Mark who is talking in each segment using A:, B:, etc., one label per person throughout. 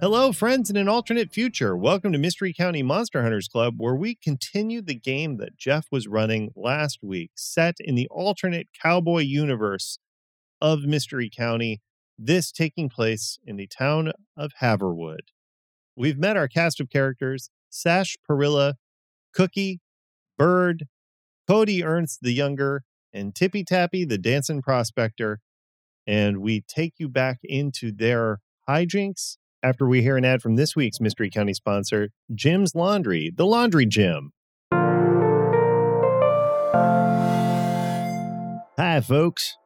A: Hello, friends in an alternate future. Welcome to Mystery County Monster Hunters Club, where we continue the game that Jeff was running last week, set in the alternate cowboy universe of Mystery County, this taking place in the town of Haverwood. We've met our cast of characters Sash Perilla, Cookie, Bird, Cody Ernst the Younger, and Tippy Tappy the Dancing Prospector. And we take you back into their hijinks after we hear an ad from this week's Mystery County sponsor, Jim's Laundry, the Laundry Gym. Hi, folks.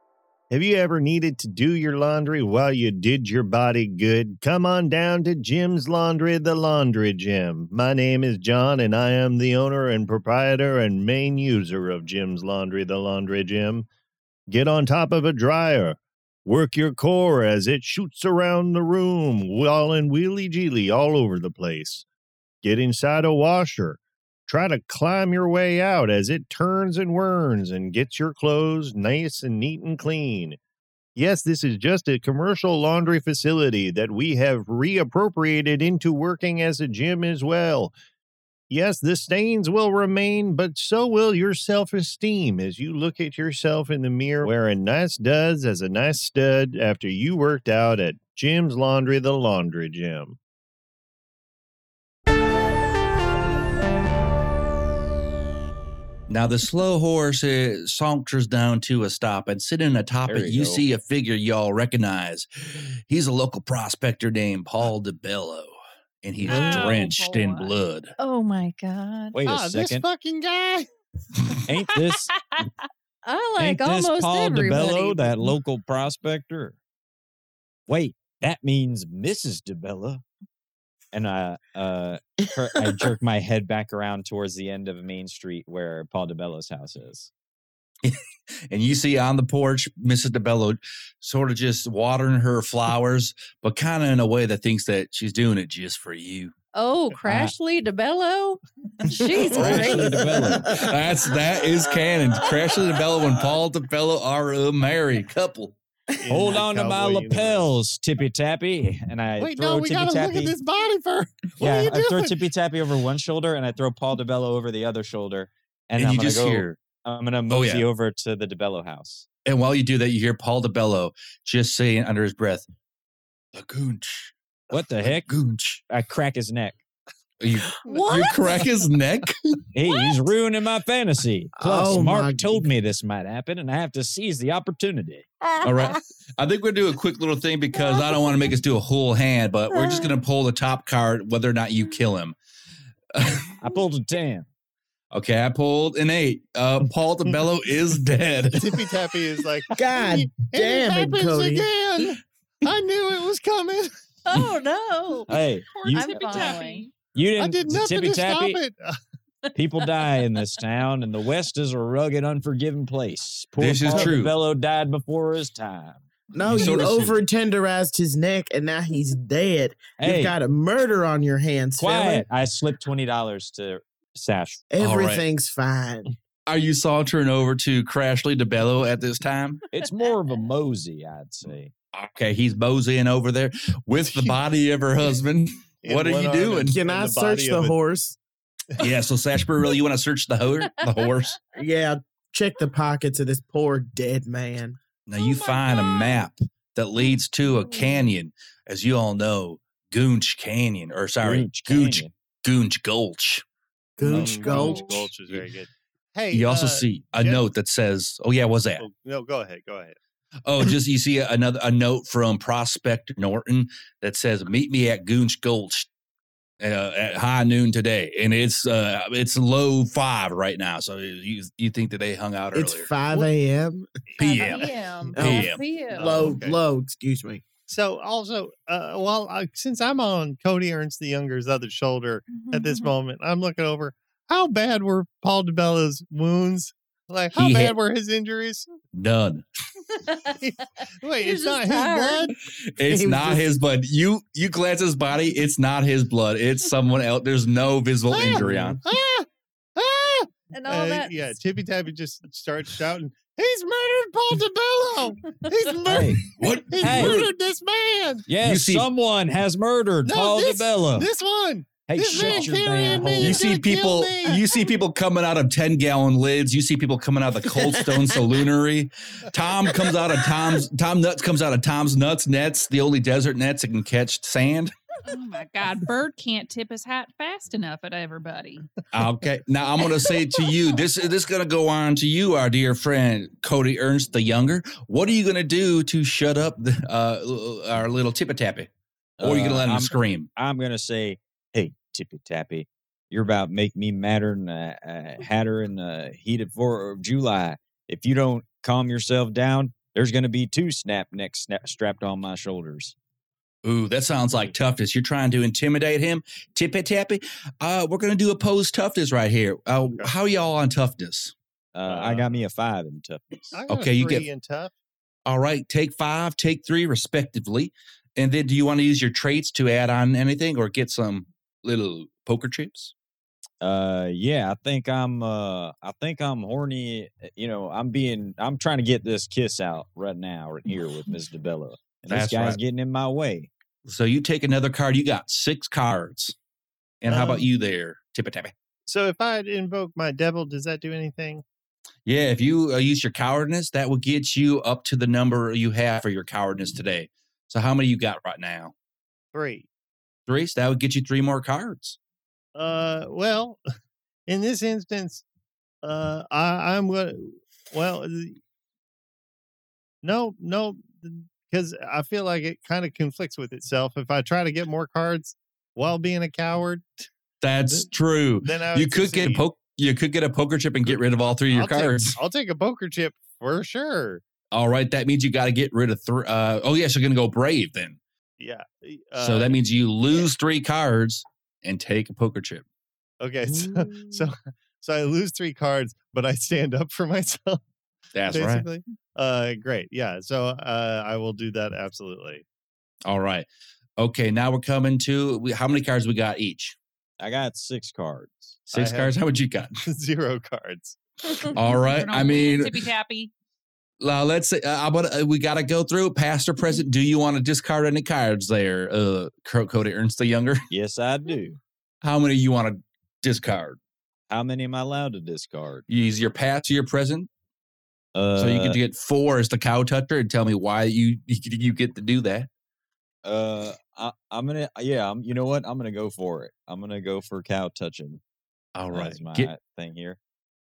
A: Have you ever needed to do your laundry while you did your body good? Come on down to Jim's Laundry, the Laundry Gym. My name is John, and I am the owner and proprietor and main user of Jim's Laundry, the Laundry Gym. Get on top of a dryer. Work your core as it shoots around the room, walling wheelie jeely all over the place. Get inside a washer. Try to climb your way out as it turns and whirns and gets your clothes nice and neat and clean. Yes, this is just a commercial laundry facility that we have reappropriated into working as a gym as well. Yes, the stains will remain, but so will your self esteem as you look at yourself in the mirror wearing nice duds as a nice stud after you worked out at Jim's Laundry, the laundry gym.
B: Now the slow horse uh, saunters down to a stop and sitting atop
C: There
B: it,
C: you
B: you
C: go.
B: see a figure y'all recognize. He's a local prospector named Paul DeBello, and he's
D: Oh,
B: drenched in
D: boy.
B: blood.
D: Oh my god.
C: Wait a second.
A: fucking guy.
C: Ain't this
D: I like
C: ain't this
D: almost
C: Paul
D: everybody.
C: DeBello, that local prospector? Wait, that means Mrs. DeBello. And I uh her, I jerk my head back around towards the end of Main Street where Paul DeBello's house is.
B: And you see on the porch, Mrs. DeBello sort of just watering her flowers, but kind of in a way that thinks that she's doing it just for you.
D: Oh, Crashly DeBello. She's
C: Crashly
D: crazy.
C: DeBello.
B: That's that is canon. Crashly DeBello and Paul DeBello are a married couple.
C: Hold on to my lapels, Tippy Tappy. And I throw Tippy Tappy.
A: body first.
C: yeah,
A: are you
C: I throw
A: doing?
C: Tippy Tappy over one shoulder and I throw Paul DeBello over the other shoulder. And,
B: And,
C: I'm
B: you
C: gonna
B: just
C: go,
B: hear, Oh,
C: I'm gonna mosey
B: yeah.
C: over to the DeBello house.
B: and while you do that, you hear Paul DeBello just saying under his breath, "The goonch,
C: What the heck?
B: goonch."
C: I crack his neck.
B: You, you
D: What?
B: crack his neck.
C: Hey, he's ruining my fantasy. Plus,
A: Oh my
C: Mark told me this might happen, and I have to seize the opportunity.
B: All right. I think we'll do a quick little thing because I don't want to make us do a whole hand, but we're just going to pull the top card whether or not you kill him.
C: I pulled a 10.
B: okay, I pulled an eight. Uh, Paul DeBello is dead.
A: Tippy Tappy is like,
E: God damn it,
A: happens
E: Cody.
A: again. I knew it was coming.
D: Oh no.
C: Hey, you,
D: I'm following.
C: you
A: I did
C: didn't
A: nothing
C: tippy
A: to stop
C: tappy.
A: it.
C: People die in this town, and the West is a rugged, unforgiving place. Poor
B: This is
C: Paul
B: true.
C: DeBello died before his time.
E: No,
B: You
E: you
B: sorta see-
E: over tenderized his neck and now he's dead.
C: Hey,
E: You've got a murder on your hands,
C: quiet. I slipped $20 to Sash.
E: fella.
B: All right.
E: Everything's fine.
B: Are you sauntering over to Crashly DeBello at this time?
C: It's more of a mosey, I'd say.
B: Okay, he's moseying over there with the body of her husband. What are
A: In one
B: you
A: arm
B: doing?
A: and
E: Can
A: in
E: I
A: the
E: search
A: body
E: the
A: of a-
E: horse?
B: Yeah, so Sashbury, really, you want to search the, ho- the horse?
E: Yeah, check the pockets of this poor dead man.
B: Now
D: Oh
B: you
D: my
B: find a
D: God.
B: map that leads to a
D: Ooh.
B: canyon, as you all know, Goonch Canyon, or sorry,
C: Gooch
B: Gooch
C: Canyon.
B: Goonch Gulch.
E: Gooch
A: Mm,
E: Gulch.
A: Gooch Gulch is very good. Hey,
B: You also
A: uh,
B: see a
A: Jeff-
B: note that says, "Oh yeah, what's that?"
A: oh, no, go ahead. Go ahead.
B: Oh, just you see another a note from Prospect Norton that says, "Meet me at Goonch Gulch uh, at high noon today," and it's uh, it's low five right now. So you you think that they hung out
E: It's
B: earlier?
E: 5 a.m.
B: PM.
D: PM.
B: PM.
D: PM.
E: Low,
A: okay.
E: low, excuse me.
A: So, also, uh, well, uh, since I'm on Cody Ernst the Younger's other shoulder at
D: Mm-hmm.
A: this moment, I'm looking over how bad were Paul DeBella's wounds? Like, how
B: He
A: bad
B: had-
A: were his injuries?
B: None.
A: Wait,
D: He's
A: it's not his
D: just tired.
A: blood?
B: It's
E: He was
B: not
E: just-
B: his blood. You you glance his body. It's not his blood. It's someone else. There's no visible
A: Ah!
B: injury on.
A: Ah! Ah!
D: And all
A: Uh,
D: that.
A: yeah, Tippy Tappy just starts shouting, He's murdered Paul DeBello! He's murdered,
C: Hey,
B: What?
A: he's
C: Hey.
A: murdered this man! one.
C: Yes,
B: see-
C: someone has murdered
A: No,
C: Paul
A: this-
C: DeBella.
A: This one.
C: hey,
A: this man
C: shut your
A: carrying
C: damn
A: me
C: hole.
B: You
A: You're
B: see
A: gonna kill
B: people.
A: me.
B: You see people coming out of ten gallon lids. You see people coming out of the Cold Stone Saloonery. Tom comes out of Tom's. Tom Nuts comes out of Tom's Nuts Nets. The only desert nets that can catch sand.
F: Oh my God, Bird can't tip his hat fast enough at everybody.
B: Okay. Now I'm going to say to you, this this is going to go on to you, our dear friend Cody Ernst the Younger. What are you going to do to shut up the, uh, l- our little tippy tappy, or are you going to
C: Uh,
B: let him
C: I'm-
B: scream?
C: I'm gonna say, hey, tippy tappy, you're about to make me madder than a,
B: Mm.
C: a hatter in the heat of four of July. If you don't calm yourself down, there's gonna be two snap necks snap strapped on my shoulders.
B: Ooh, that sounds like toughness. You're trying to intimidate him, tippy tappy. Uh, we're going to do opposed toughness right here. Uh, how y'all on toughness?
C: Uh, I got me a five in tough.
A: I got a
B: Okay, you
A: three
B: get-
A: in tough.
B: All right, take five, take three, respectively. And then, do you want to use your traits to add on anything, or get some little poker chips?
C: Uh, yeah, I think I'm. Uh, I think I'm horny. uh, You know, I'm being. I'm trying to get this kiss out right now, right here with Miss DeBella, and this
B: That's
C: guy's
B: right.
C: getting in my way.
B: So you take another card. You got six cards. And
C: Uh-huh.
B: how about
A: Um,
B: you there, Tippy Tappy?
A: So if I invoke my devil, does that do anything?
B: Yeah, if you uh, use your cowardness, that will get you up to the number you have for your cowardness today. So how many you got right now?
A: Three.
B: Three. So that would get you three more cards.
A: Uh, well, in this instance, uh, I, I'm gonna. Well, th- no, no, because I feel like it kind of conflicts with itself. If I try to get more cards while being a coward,
B: That's true.
A: then I
B: You
A: would
B: could get a
A: succeed.
B: poke. You could get a poker chip and get rid of all three of your
A: I'll
B: cards.
A: Take, I'll take a poker chip for sure.
B: All right, that means you got to get rid of three. Uh, oh yes, you're gonna go brave then.
A: Yeah. y-
B: so
A: uh,
B: that means you lose three cards and take a poker chip.
A: okay. So, so so I lose three cards, but I stand up for myself.
B: That's right.
A: basically. Uh, great. Yeah. So uh, I will do that absolutely.
B: All right. Okay, now we're coming to we, how many cards we got each?
C: I got six cards.
B: Six
A: have-
B: cards. How much you got?
A: Zero cards.
B: All right. I mean,
F: tippy tappy.
B: now let's say uh, I want uh, we got to go through past or present. Do you want to discard any cards there, uh, Co- Cody Ernst the Younger?
C: Yes, I do.
B: How many you want to discard?
C: How many am I allowed to discard?
B: You use your past or your present,
C: Uh,
B: so you get to get four as the cow toucher, and tell me why you you get to do that.
C: Uh, I, I'm gonna. Yeah, I'm, you know what? I'm gonna go for it. I'm gonna go for cow touching.
B: All
C: That's my
B: Uh, get
C: thing here.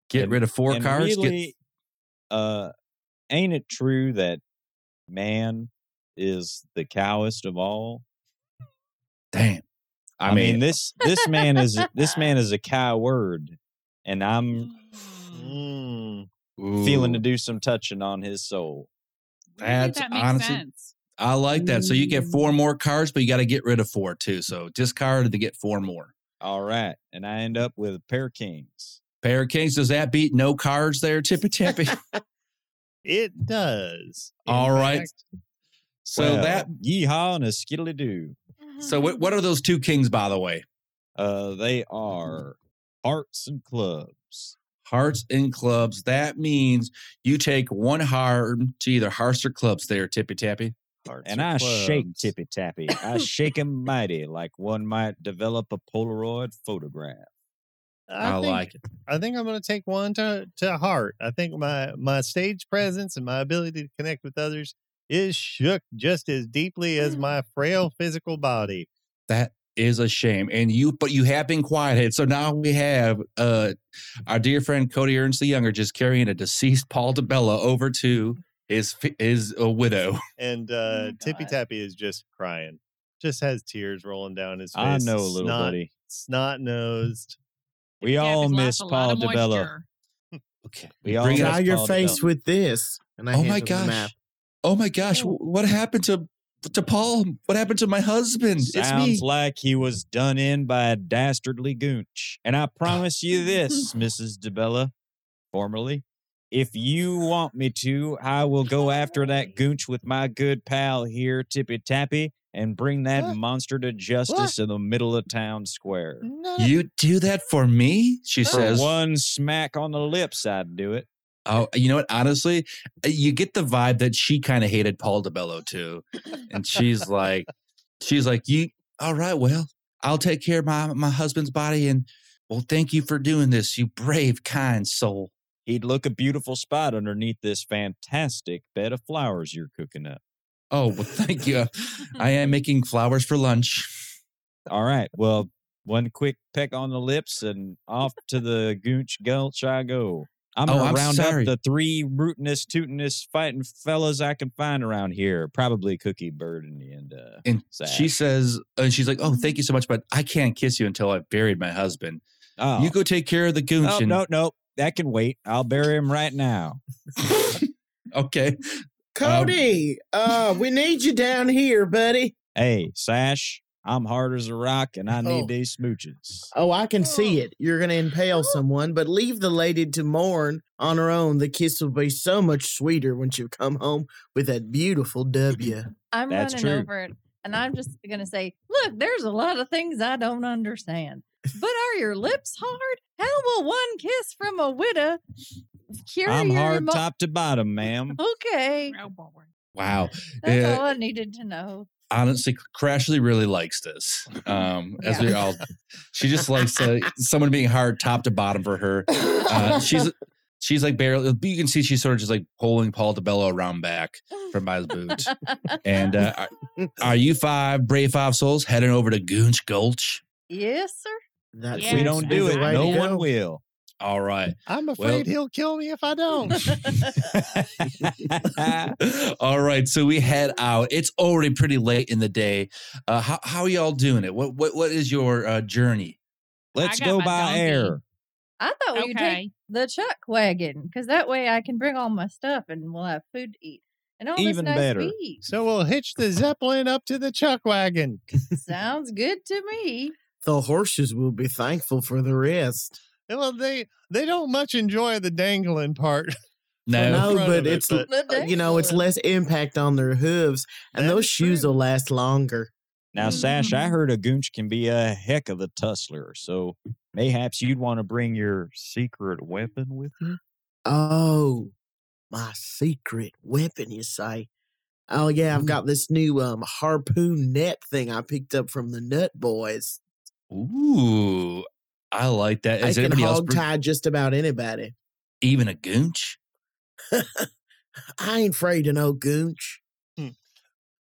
B: get
C: and-
B: rid of four
C: and
B: cards. get-
C: Really, uh, ain't it true that man is the cowest of all?
B: damn,
C: I, mean, this this man is this man is a coward, and I'm
A: Mm.
C: feeling to
B: ooh,
C: do some touching on his soul.
F: Weirdly,
B: that's
F: that makes
B: honestly-
F: sense.
B: I like that. So you get
C: Mm.
B: four more cards, but you got to get rid of four too. So discard to get four more.
C: All right, and I end up with a pair of kings.
B: Pair of kings. Does that beat no cards there, tippy tippy?
A: It does.
C: Oh,
A: In
B: All right.
A: fact,
B: So
C: Well,
B: that.
C: yeehaw and a skiddly doo.
B: So what? What are those two kings, by the way?
C: Uh, they
F: Mm-hmm.
C: are hearts and clubs.
B: Hearts and clubs. That means you take one harm to either hearts or clubs. There, tippy tappy.
A: hearts
C: and
A: are
C: I shake
A: clubs.
C: Tippy Tappy. I shake him mighty, like one might develop a Polaroid photograph.
B: I,
A: think,
B: like it.
A: I think I'm going to take one to to heart. I think my my stage presence and my ability to connect with others is shook just as deeply as my frail physical body.
B: That is a shame. And you, but you have been quieted. So now we have uh our dear friend Cody Ernst the Younger just carrying a deceased Paul DeBella over to his fi- his uh, widow.
C: Oh
A: And uh,
F: my
A: Tippy
F: God.
A: Tappy is just crying, just has tears rolling down his face.
C: I know, little
A: snot,
C: buddy.
A: Snot nosed.
C: We
F: Yeah, 'cause
C: all
F: lots-
C: miss
F: a lot
C: Paul
F: of
C: DeBella.
F: moisture.
B: Okay,
C: We all
B: bring it
C: miss
E: Draw
B: up.
C: Paul
E: your face
C: DeBella.
E: with this. And I
B: Oh
E: hand
B: my
E: him the
B: gosh.
E: map.
B: Oh my gosh, wh- what happened to to Paul? What happened to my husband?
C: Sounds like he was done in by a dastardly goonch. And I promise you this, Mrs. DeBella, formerly, if you want me to, I will go after that goonch with my good pal here, Tippy Tappy, and bring that
A: Huh?
C: monster to justice in the middle of town square.
A: No,
B: You do that for me? She
A: For
C: For
B: says.
C: one smack on the lips, I'd do it.
B: Oh, you know what? Honestly, eh, you get the vibe that she kind of hated Paul DeBello too, and she's like, she's like, you. All right, well, I'll take care of my my husband's body, and well, thank you for doing this, you brave, kind soul.
C: He'd look a beautiful spot underneath this fantastic bed of flowers you're cooking up.
B: Oh, well, thank you. I am making flowers for lunch.
C: All right. Well, one quick peck on the lips and off to the Goonch Gulch I go. I'm
B: Oh,
C: gonna
B: I'm
C: round
B: sorry.
C: up the three rootinest, tootinest, fighting fellas I can find around here. Probably Cookie Bird in the end. Uh,
B: And
C: Sad.
B: she says, and she's like, oh, thank you so much, but I can't kiss you until I've buried my husband.
C: oh,
B: You go take care of the goonch.
C: oh
B: and-
C: no, no, that can wait. I'll bury him right now.
B: Okay.
E: Cody, uh, we need you down here, buddy.
C: Hey, Sash, I'm hard as a rock, and I need
E: Oh.
C: these smooches.
E: Oh, I can see it. You're going to impale someone, but leave the lady to mourn on her own. The kiss will be so much sweeter when she'll come home with that beautiful W.
D: I'm
C: That's
D: running
C: true.
D: over it, and I'm just gonna say, look, there's a lot of things I don't understand. But are your lips hard? How will one kiss from a widow cure
C: I'm
D: your
C: hard
D: emo-
C: top to bottom, ma'am.
D: Okay,
F: Oh, boy.
B: Wow.
D: that's
B: Yeah.
D: all I needed to know.
B: honestly, Crashly really likes this. Um, as we
D: Yeah.
B: all, she just likes uh, someone being hard top to bottom for her. Uh, she's she's like barely. You can see she's sort of just like pulling Paul DeBello around back from by his boot. and uh, are, are you five brave five souls heading over to Goonch Gulch?
D: yes, sir.
E: That
F: Yeah,
C: we
E: seems
C: don't
E: to be
C: do
E: the
C: it.
E: way
C: No
E: to
C: one
E: go.
C: will.
B: All right,
A: I'm afraid
B: Well-
A: he'll kill me if I don't.
B: all right. So we head out. It's already pretty late in the day. Uh, how how are y'all doing it? What what what is your uh, journey?
C: Let's
F: got
C: go
F: my
C: by
F: donkey.
C: air.
D: I thought we would take
F: Okay.
D: the chuck wagon because that way I can bring all my stuff and we'll have food to eat and all
C: Even
D: this nice
C: better.
D: beef.
A: so we'll hitch the Zeppelin up to the chuck wagon.
D: Sounds good to me.
E: The horses will be thankful for the rest.
A: Well, they they don't much enjoy the dangling part.
E: I
B: No,
E: know,
A: Front of
E: but
A: it,
E: it's
A: but-
D: The
E: uh, you know it's
D: dangling.
E: less impact on their hooves, and
A: That
E: those
A: is
E: shoes
A: true.
E: will last longer.
C: Now, Sash, I
F: Mhm.
C: heard a goonch can be a heck of a tussler, so mayhaps you'd want to bring your secret weapon with you.
E: Oh, my secret weapon, you say? Oh yeah,
C: Mm-hmm.
E: I've
B: Ooh.
E: got this new um harpoon net thing I picked up from the Nut Boys.
B: Ooh, I like that. Is
E: I can
B: anybody else
E: hog
B: bring-
E: tie just about anybody.
B: even a goonch?
E: I ain't afraid of no goonch.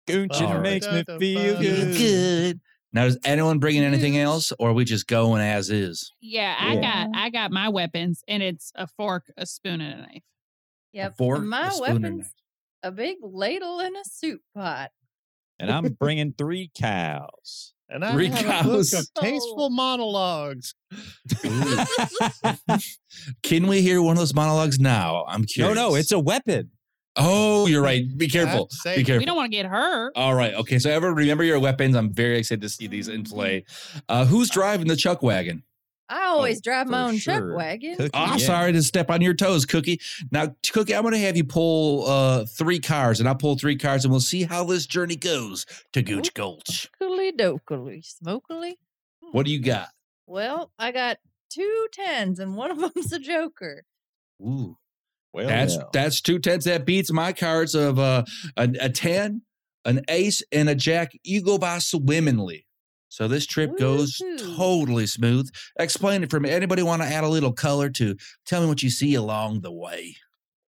C: Goonching
B: All right.
C: makes me
A: Da-da-ba.
C: feel
A: Feel
C: good.
B: Good. Now, is anyone bringing anything
F: Yes.
B: else, or are we just going as is?
F: Yeah, I
D: Yeah.
F: got I got my weapons, and it's a fork, a spoon, and a knife.
D: Yep.
B: fork, a
D: my
B: spoon, and a
D: weapons, a big ladle and a soup pot.
C: And I'm bringing three cows.
A: And I
B: Three
A: have a book of
B: cows.
A: tasteful monologues.
B: Can we hear one of those monologues now? I'm
C: No,
B: curious.
C: no, it's a weapon.
B: Oh, you're right. Be careful.
A: say-
B: Be
A: We
B: careful.
F: We don't want to get hurt.
B: All right. Okay. So, everyone, remember your weapons. I'm very excited to see these in play. Uh, who's driving the chuck wagon?
D: I always drive my
C: for
D: own
C: sure.
D: chuck wagon.
C: Cookie,
B: Oh, I'm
C: yeah.
B: sorry to step on your toes, Cookie. Now, Cookie, I'm going to have you pull uh, three cars, and I'll pull three cars, and we'll see how this journey goes to Gooch Gulch.
D: Cookily dokily, smokily. Hmm.
B: What do you got?
D: Well, I got two tens and one of them's a joker.
B: Ooh.
C: Well,
B: That's
C: well.
B: that's two tens. That beats my cards of uh, a, a ten, an ace, and a jack. You go by swimmingly. So this trip goes
D: Woohoo.
B: totally smooth. Explain it for me. Anybody want to add a little color to? Tell me what you see along the way.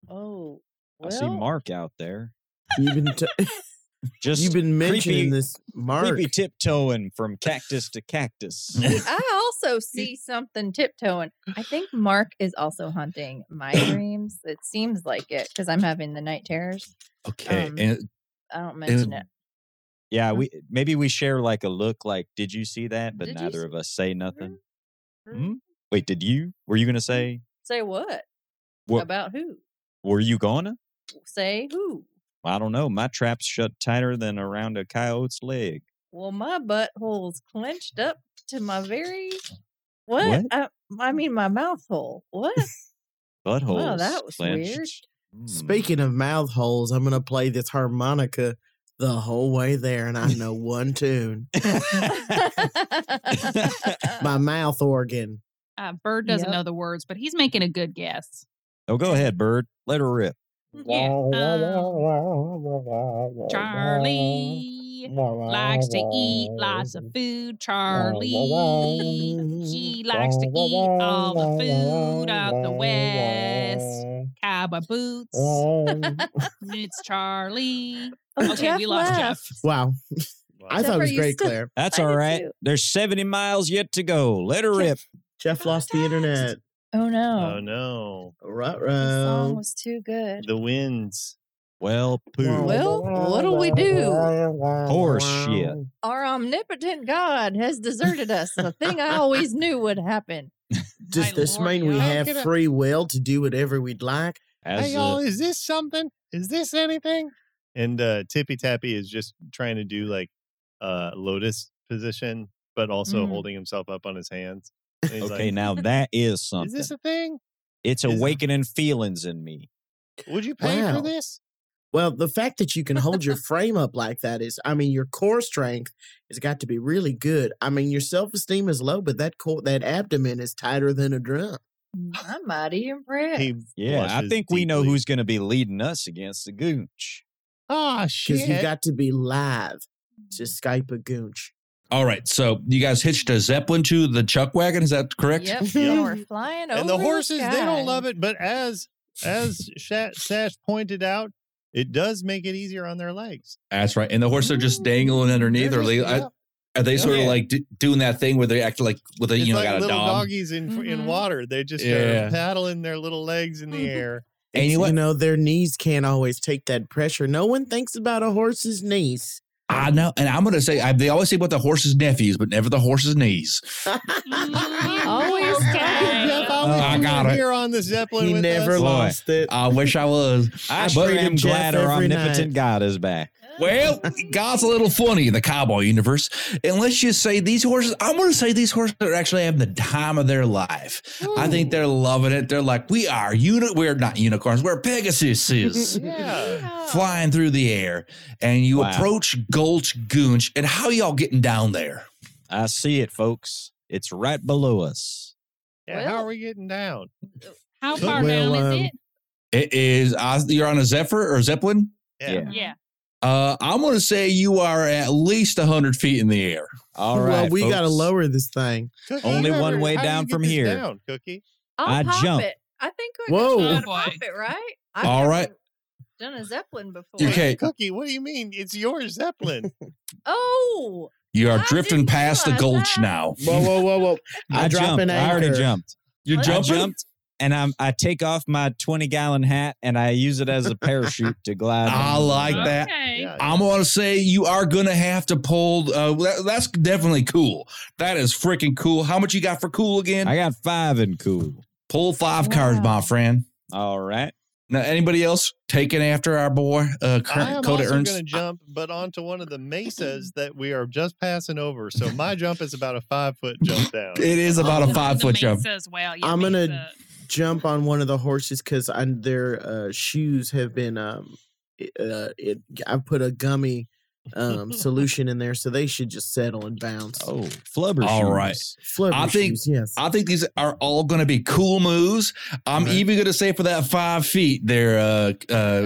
D: Oh,
C: I
D: well,
C: see Mark out there.
E: You've been t-
C: Just
E: you've been mentioning
C: creepy-
E: this mark.
C: creepy tiptoeing from cactus to cactus.
D: I also see something tiptoeing. I think Mark is also hunting my dreams. It seems like it because I'm having the night terrors.
B: okay,
D: Um,
B: and
D: I don't mention it.
C: yeah, we maybe we share like a look like, did you see that? But
D: Did you
C: neither
D: see-
C: of us say nothing.
D: Hmm?
C: Wait, did you? Were you gonna say
D: Say what?
C: what
D: About who?
C: were you gonna?
D: Say who?
C: I don't know. My trap's shut tighter than around a coyote's leg.
D: Well, my butthole's clenched up to my very what?
C: What?
D: I, I mean, my mouth hole. What?
C: Butthole.
D: that was weird.
C: Mm.
E: Speaking of mouth holes, I'm gonna play this harmonica the whole way there, and I know one tune. My mouth organ.
F: Uh, Bird doesn't
D: Yep.
F: Uh, know the words, but he's making a good guess.
C: No, go ahead, Bird. Let her rip.
A: Mm-hmm.
F: Yeah. um, Charlie likes to eat lots of food. Charlie. She likes to eat all the food of the West. Cowboy boots. It's Charlie.
D: Oh,
F: Okay, we lost Jeff.
E: Wow. I
D: Jennifer,
E: thought it was
D: you
E: great,
D: still-
E: Claire.
C: That's
D: I
C: all
D: did
C: right.
D: too.
C: There's 70 miles yet to go. Let her rip.
E: Jeff lost the internet.
D: Oh no.
A: Oh no.
E: Right,
D: The song
E: right.
D: was too good.
A: The winds.
C: Well, poo.
D: Well, what'll we do?
C: Horse shit.
D: Our omnipotent God has deserted us, the thing I always knew would happen.
E: Does
F: My
E: this
F: lord,
E: mean we
F: y'all.
E: have
A: Get up.
E: free will to do whatever we'd like?
C: As a,
A: is this something? Is this anything? And uh, Tippy Tappy is just trying to do like uh, lotus position, but also
D: Mhm.
A: holding himself up on his hands. And he's
C: okay,
A: like,
C: now that is something.
A: a thing?
C: it's
A: is a-
C: awakening feelings in me.
A: Would you
E: Wow.
A: this?
E: Well, the fact that you can hold your frame up like that is, I mean, your core strength has got to be really good. I mean, your self esteem is low, but that core, that abdomen is tighter than a drum.
D: I'm mighty impressed.
A: He
C: Yeah, I
A: blushes
C: think we know
A: deeply.
C: who's going to be leading us against the gooch.
A: Ah,
E: Because you got to be live to
C: Mm.
E: Skype a goonch.
B: All right. So you guys hitched a Zeppelin to the chuck wagon. Is that correct?
D: Yep,
E: Yep.
D: and we're flying over
A: and the horses, they don't love
D: sky.
A: it. But as as Sha- Sash pointed out, it does make it easier on their legs.
B: That's right. And the horses are just dangling
A: They're
B: underneath. Are
A: just-
B: they,
A: yeah.
B: are they
A: Yeah.
B: sort
A: Yeah.
B: of like d- doing that thing where they act like, with a,
A: it's
B: you know,
A: like
B: got a
A: little
B: dog?
A: doggies in fr- in
D: Mhm.
A: water. They just
B: Yeah.
A: are paddling their little legs in the air.
B: And
E: It's,
B: you know what?
E: know, their knees can't always take that pressure. No one thinks about a horse's knees.
B: I know. And I'm going to say, I, they always say about the horse's nephews, but never the horse's knees.
C: Mm-hmm.
D: Always
F: Okay.
A: Jeff, I
B: Uh,
A: wish
B: I
A: you
B: got
A: were
B: it.
A: here on the Zeppelin.
E: he
A: with
E: never
A: us.
C: Boy.
E: lost it.
B: I wish I was.
C: I
B: but-
C: sure am
E: Jeff
C: glad our
E: every night.
C: omnipotent God is back.
D: Oh,
B: Well, God's a little funny in the cowboy universe. And let's just say these horses, I'm going to say these horses are actually having the time of their life. I think they're loving it. They're like, we are uni- we're not unicorns, we're Pegasuses
A: Yeah.
B: flying through the air. And you
C: Wow.
B: approach Gulch Goonch. And how y'all getting down there?
C: I see it, folks. It's right below us.
A: Yeah, How
D: Well-
A: are we getting down?
F: How
E: But
F: far
E: we'll,
F: down
E: um,
F: is
B: It is, uh, you're on a Zephyr or Zeppelin?
C: Yeah.
F: it? Yeah.
B: Uh, I'm going to say you are at least 100 feet in the air.
C: All right.
E: well, we got to
C: folks.
E: lower this thing.
A: Cookie,
C: Only
A: you
C: one
A: never-
C: way
A: how do you
C: down
A: get
C: from
A: this
C: here.
A: Down, Cookie.
D: I'll
C: I
D: pop
C: jump.
D: it. I think I
E: Whoa.
D: know how
F: Oh,
D: to pop
F: boy.
D: it, right? I've
B: All right.
D: never Done a Zeppelin before.
B: Okay.
A: Cookie, what do you mean? It's your Zeppelin.
D: Oh,
B: You are
D: I
B: drifting
D: didn't
B: past the
D: realize
B: Gulch
D: that.
B: now.
E: Whoa, whoa, whoa, whoa.
C: I, jumped. I already jumped.
B: You're
D: I
C: I
B: jumping?
C: jumped, and I'm, I take off my 20 gallon hat and I use it as a parachute to glide.
B: I
C: down.
B: like that.
F: Okay.
A: Yeah,
B: I'm gonna say you are gonna have to pull. Uh, that, that's definitely cool. That is freaking cool. How much you got for cool again?
C: I got five and cool.
B: pull five cards,
D: Wow.
B: my friend.
C: All right.
B: Now, anybody else taking after our boy uh,
A: I am
B: current Coda
A: also
B: Ernst?
A: going to jump, but onto one of the mesas that we are just passing over. So my jump is about a five foot jump down.
B: It is about
F: Oh,
B: a five foot
F: the
B: jump.
F: mesa As well. Yeah,
E: I'm gonna-
F: mesa.
E: Jump on one of the horses because their uh, shoes have been. Um, i- uh, it, I put a gummy um, solution in there, so they should just settle and bounce.
C: Oh, flubber
B: All right.
C: shoes.
E: Flubber
B: I think-
E: shoes, yes.
B: I think these are all going to be cool moves. I'm
E: Alright.
B: even going to say for that five feet there, uh, uh,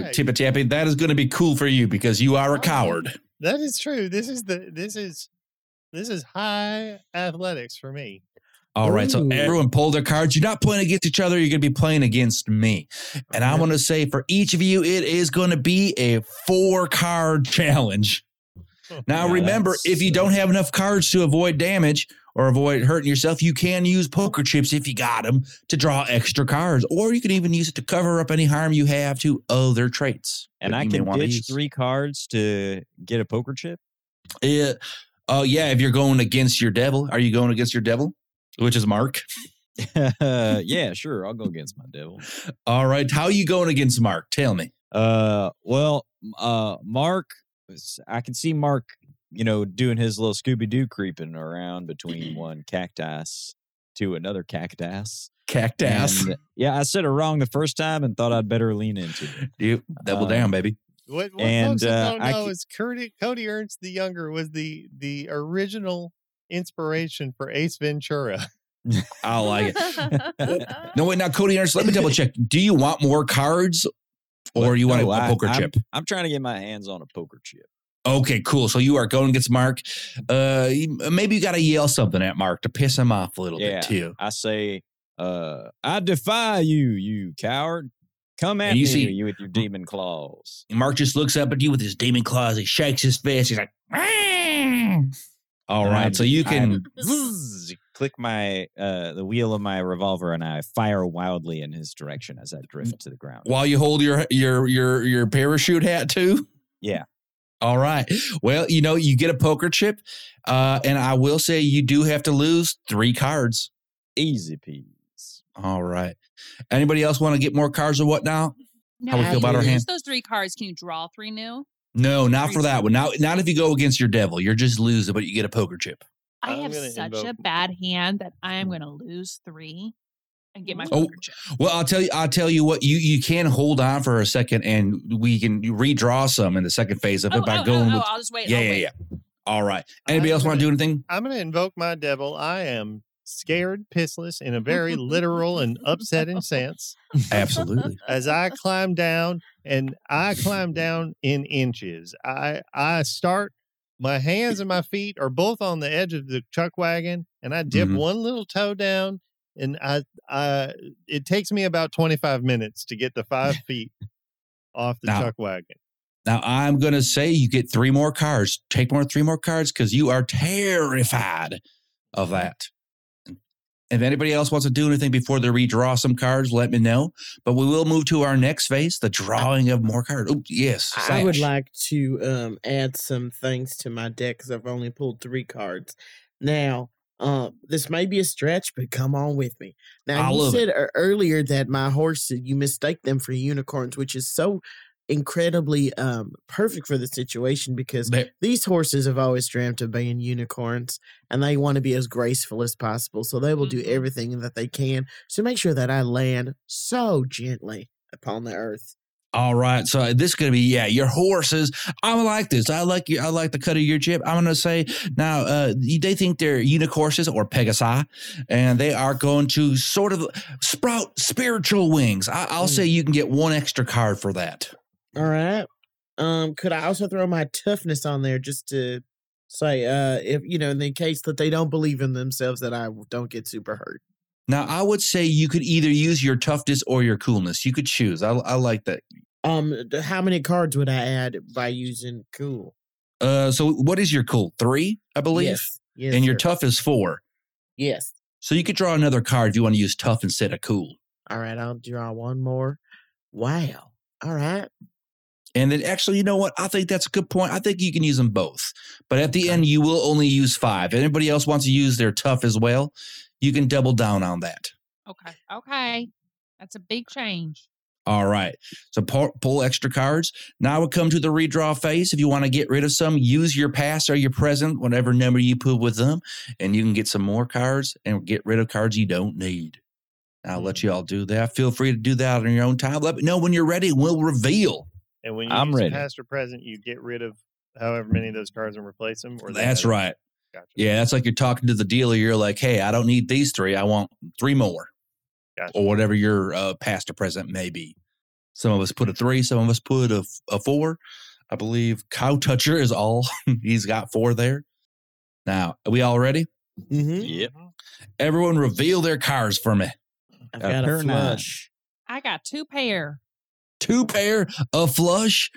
A: Hey.
B: Tippa Tappy, that is going to be cool for you because you are a
A: Oh.
B: coward.
A: That is true. This is the this is this is high athletics for me.
B: All right, so
E: Ooh.
B: everyone pull their cards. You're not playing against each other. You're going to be playing against me. And I'm
E: Okay.
B: going to say for each of you, it is going to be a four card challenge. Now,
C: Yeah,
B: remember,
C: that's,
B: if you
C: uh,
B: don't have enough cards to avoid damage or avoid hurting yourself, you can use poker chips if you got them to draw extra cards, or you can even use it to cover up any harm you have to other traits.
C: And
B: that
C: I
B: you may
C: can
B: wanna
C: ditch
B: use.
C: three cards to get a poker chip.
B: Uh, Oh, yeah. If you're going against your devil, are you going against your devil, which is Mark?
C: yeah, sure. I'll go against my devil.
B: All right. How are you going against Mark? Tell me.
C: Uh, well, m- uh, Mark, s- I can see Mark, you know, doing his little Scooby Doo creeping around between one cactus to another cactus.
B: Cactus.
C: And, yeah, I said it wrong the first time and thought I'd better lean into it.
B: Yep, double
C: Uh,
B: down, baby.
A: What, what
C: And,
A: folks that
C: uh,
A: don't
C: I
A: know
C: c-
A: is Cody, Cody Ernst the Younger was the the original inspiration for Ace Ventura.
B: I like it. No, wait, now Cody Anderson. Let me double check. Do you want more cards, or you want
C: No,
B: a, a
C: I-
B: poker
C: I'm-
B: chip?
C: I'm trying to get my hands on a poker chip.
B: Okay, cool. So you are going against Mark. Uh, you- maybe you got to yell something at Mark to piss him off a little
C: Yeah.
B: bit too.
C: I say, uh, I defy you, you coward. Come at
B: And you
C: me,
B: see-
C: you with your demon claws.
B: And Mark just looks up at you with his demon claws. He shakes his fist. He's like, "Meow." all
C: And
B: right.
C: I'm-
B: so you can.
C: I'm- Zzz, click my uh, the wheel of my revolver, and I fire wildly in his direction as I drift to the ground.
B: while you hold your your your your parachute hat too.
C: Yeah.
B: All right. Well, you know, you get a poker chip, uh, and I will say you do have to lose three cards.
C: Easy peas.
B: All right. Anybody else want to get more cards or what now? How we
F: Now,
B: feel
F: if
B: about
F: you
B: our
F: lose
B: hand?
F: Those three cards. Can you draw three new?
B: No, not for
F: Three.
B: that one. Not not if you go against your devil. You're just losing, but you get a poker chip.
F: I
A: I'm
F: have
A: gonna
F: such a
A: invoke-
F: bad hand that I am going to lose three and get my
D: Ooh.
B: Mm. Oh.
F: poker chip.
B: Well, I'll tell you. I'll tell you what. You you can hold on for a second, and we can redraw some in the second phase of
F: Oh,
B: it by
F: oh, oh,
B: going
F: oh,
B: with.
F: I'll just wait.
B: yeah,
F: I'll
B: yeah,
F: wait.
B: yeah. All right. Anybody else want to do anything?
A: I'm going to invoke my devil. I am scared, pissless, in a very literal and upsetting sense
B: Absolutely.
A: as I climb down and I climb down in inches. I I start. My hands and my feet are both on the edge of the truck wagon, and I dip
B: Mhm.
A: one little toe down, and I I it takes me about 25 minutes to get the five feet off the
B: Now-
A: truck wagon.
B: Now I'm gonna say you get three more cards. Take more three more cards because you are terrified of that. If anybody else wants to do anything before they redraw some cards, let me know. But we will move to our next phase, the drawing of more cards. Oh, yes.
E: I would
B: Sash.
E: like to um, add some things to my deck because I've only pulled three cards. Now, uh, this may be a stretch, but come on with me. Now,
B: I
E: you
B: love it.
E: said ear- earlier that my horses, you mistake them for unicorns, which is so incredibly um, perfect for the situation because
B: They-
E: these horses have always dreamt of being unicorns and they want to be as graceful as possible. So they will do
F: Mhm.
E: everything that they can to make sure that I land so gently upon the earth.
B: All right. So this is gonna be yeah, your horses. I like this. I like you. I like the cut of your jib. I'm gonna say now uh, y- they think they're unicorses or pegasi, and they are going to sort of sprout spiritual wings. I, I'll
E: Hmm.
B: say you can get one extra card for that.
E: All right. Um, could I also throw my toughness on there just to say, uh, if you know, in the case that they don't believe in themselves, that I w- don't get super hurt.
B: Now I would say you could either use your toughness or your coolness. You could choose. I, I like that.
E: Um, d- how many cards would I add by using cool?
B: Uh, so what is your cool? Three, I believe.
E: Yes. yes
B: and your
E: sir.
B: tough is four.
E: Yes.
B: So you could draw another card if you want to use tough instead of cool.
E: All right. I'll draw one more. Wow. All right.
B: And then actually, you know what? I think that's a good point. I think you can use them both. But at the end, you will only use five. If anybody else wants to use their tough as well, you can double down on that.
F: Okay. Okay. That's a big change.
B: All right. So pull, pull extra cards. Now we come to the redraw phase. If you want to get rid of some, use your past or your present, whatever number you put with them, and you can get some more cards and get rid of cards you don't need. I'll let you all do that. Feel free to do that on your own time. Let me know when you're ready. and We'll reveal.
A: And when you
C: I'm
A: use
C: ready.
A: past or present, you get rid of however many of those cards and replace them. Or they
B: That's
A: have-
B: right.
A: Gotcha.
B: Yeah, that's like you're talking to the dealer. You're like, hey, I don't need these three. I want three more
A: Gotcha.
B: or whatever your uh, past or present may be. Some of us put a three, some of us put a, f- a four. I believe Cow Toucher is all. He's got four there. Now, are we all ready?
E: Mm-hmm.
B: Everyone reveal their cars for me.
E: I've
C: A
E: got a
C: pair nine.
E: flush.
F: I got two pair.
B: Two pair, a flush.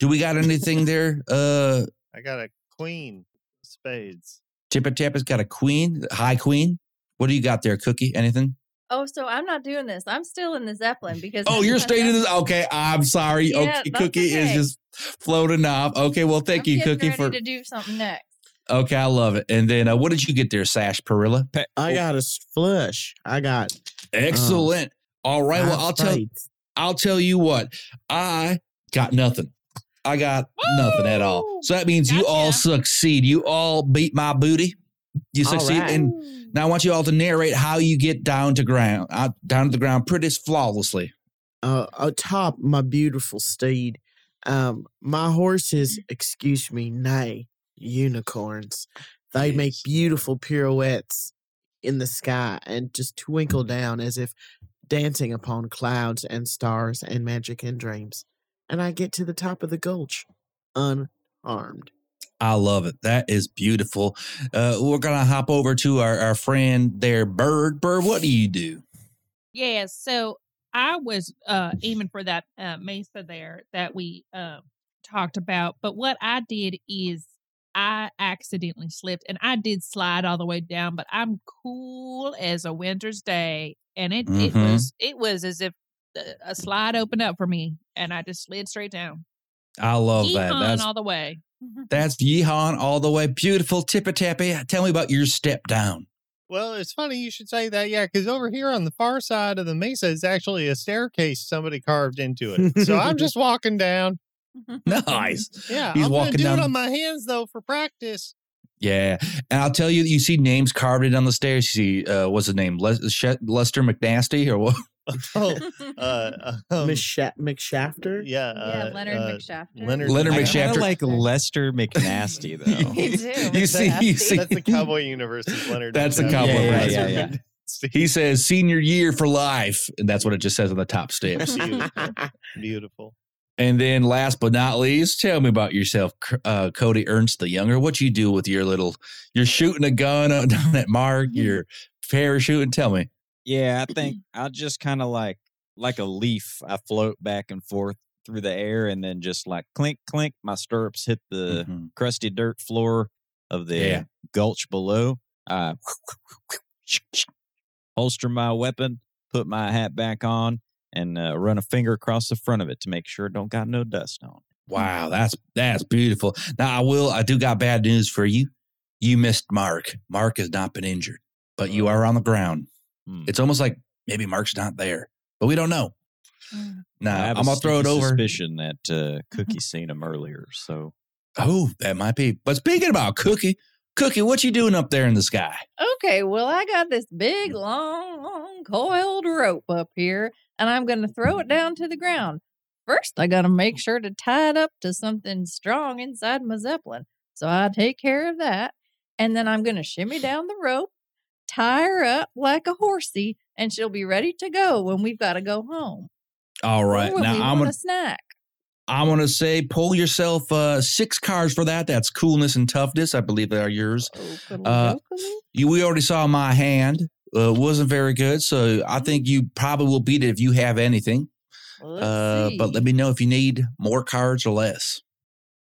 B: Do we got anything there? Uh
A: I got a queen of spades.
B: Tipper Tapper's got a queen, high queen. What do you got there, Cookie? Anything?
D: Oh, so I'm not doing this. I'm still in the Zeppelin because.
B: Oh, you're staying in this. Okay, I'm sorry.
D: Yeah,
B: okay,
D: that's
B: Cookie is
D: okay.
B: just floating off. Okay, well, thank
D: I'm
B: you,
D: getting
B: Cookie,
D: ready
B: for.
D: to do something next.
B: Okay, I love it. And then, uh, what did you get there, Sash Perilla?
E: I got a s- flush. I got.
B: Excellent. All right. Well,
E: five
B: I'll tell.
E: spades.
B: I'll tell you what. I got nothing. I got nothing at all. So that means you all
F: Gotcha.
B: succeed. You all beat my booty. You
E: All
B: succeed,
E: right.
B: and now I want you all to narrate how you get down to ground, uh, down to the ground, pretty flawlessly.
E: uh, atop my beautiful steed. Um, my horses, excuse me, nay, unicorns. They make
B: Yes.
E: beautiful pirouettes in the sky and just twinkle down as if dancing upon clouds and stars and magic and dreams. And I get to the top of the gulch unharmed.
B: I love it. That is beautiful. Uh, we're gonna hop over to our, our friend there, Bird. Bird, what do you do?
F: Yeah, so I was uh aiming for that uh mesa there that we um talked about, but what I did is I accidentally slipped and I did slide all the way down, but I'm cool as a winter's day and it it
B: Mhm.
F: was it was as if a- a slide opened up for me and I just slid straight down.
B: I love Oh, that.
F: Yeehaw
B: That's
F: all the way.
B: that's yeehawing all the way. Beautiful tippy tappy. Tell me about your step down.
G: Well, it's funny you should say that, yeah, because over here on the far side of the mesa is actually a staircase somebody carved into it. So I'm just walking down.
B: Nice.
G: Yeah,
B: He's
G: I'm
B: walking
G: gonna do
B: down-
G: it on my hands though for practice.
B: Yeah, and I'll tell you, you see names carved in on the stairs. You see, uh, what's his name, Les- Sh- Lester McNasty, or what?
A: Oh, uh, um,
E: Miss Sha- McShafter?
A: yeah, uh,
D: yeah, Leonard
A: uh,
D: McShafter.
A: Leonard
B: Leonard
C: I
B: McShafter.
C: kind of like Lester McNasty though.
D: Me too.
B: you see, you
D: That's
B: see,
D: the-
G: That's the cowboy universe. is Leonard.
B: That's the
G: McNasty.
B: cowboy
C: Yeah, yeah,
B: universe.
C: yeah, yeah.
B: He says senior year for life, and that's what it just says on the top steps.
A: Beautiful. Beautiful.
B: and then, last but not least, tell me about yourself, C- uh, Cody Ernst the Younger. What you do with your little? You're shooting a gun out down at Mark.
C: Mm-hmm.
B: You're parachuting. Tell me.
C: yeah, I think I'll just kind of like like a leaf. I float back and forth through the air and then just like clink clink. My stirrups hit the
B: Mhm.
C: crusty dirt floor of the
B: Yeah.
C: gulch below. I holster my weapon, put my hat back on, and uh, run a finger across the front of it to make sure it don't got no dust on.
B: Wow, that's that's beautiful. Now I will. I do got bad news for you. You missed Mark. Mark has not been injured, but
C: Oh.
B: you are on the ground.
C: Hmm.
B: It's almost like maybe Mark's not there, but we don't know.
D: Mm.
B: Nah,
C: I
B: uh, I'm
C: have a
B: gonna throw it
C: sneaky
B: over.
C: Suspicion that uh, Cookie seen him earlier, so
B: Oh, that might be. But speaking about Cookie, Cookie, what you doing up there in the sky?
D: okay, well, I got this big,
B: Mm.
D: long, long coiled rope up here, and I'm going to throw it down to the ground. First, I got to make
B: Mm.
D: sure to tie it up to something strong inside my Zeppelin. So I take care of that. And then I'm going to shimmy down the rope, tie her up like a horsey, and she'll be ready to go when we've got to go home.
B: All right,
D: Or
B: now
D: we
B: I'm
D: want
B: gonna
D: a snack.
B: I'm gonna say pull yourself uh, six cars for that. That's coolness and toughness. I believe they are yours.
D: Okey
B: Uh,
D: dokey.
B: You, we already saw my hand. Uh, wasn't very good, so
D: Mm-hmm.
B: I think you probably will beat it if you have anything.
D: Let's
B: Uh, but
D: see.
B: let me know if you need more cards or less.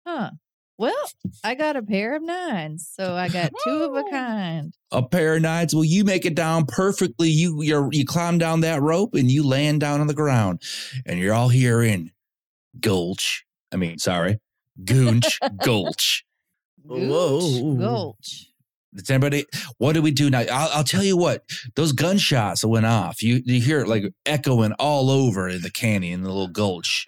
D: Huh. Well, I got a pair of nines, so I got two of a
F: Woo!
D: kind.
B: A pair of nines. Well, you make it down perfectly. You you're, you climb down that rope and you land down on the ground, and you're all here in Gulch. I mean, sorry, Goonch Gulch.
D: Gooch,
E: Whoa.
D: Gulch.
B: Does anybody? What do we do now? I'll, I'll tell you what. Those gunshots that went off. You you hear it like echoing all over in the canyon, the little gulch,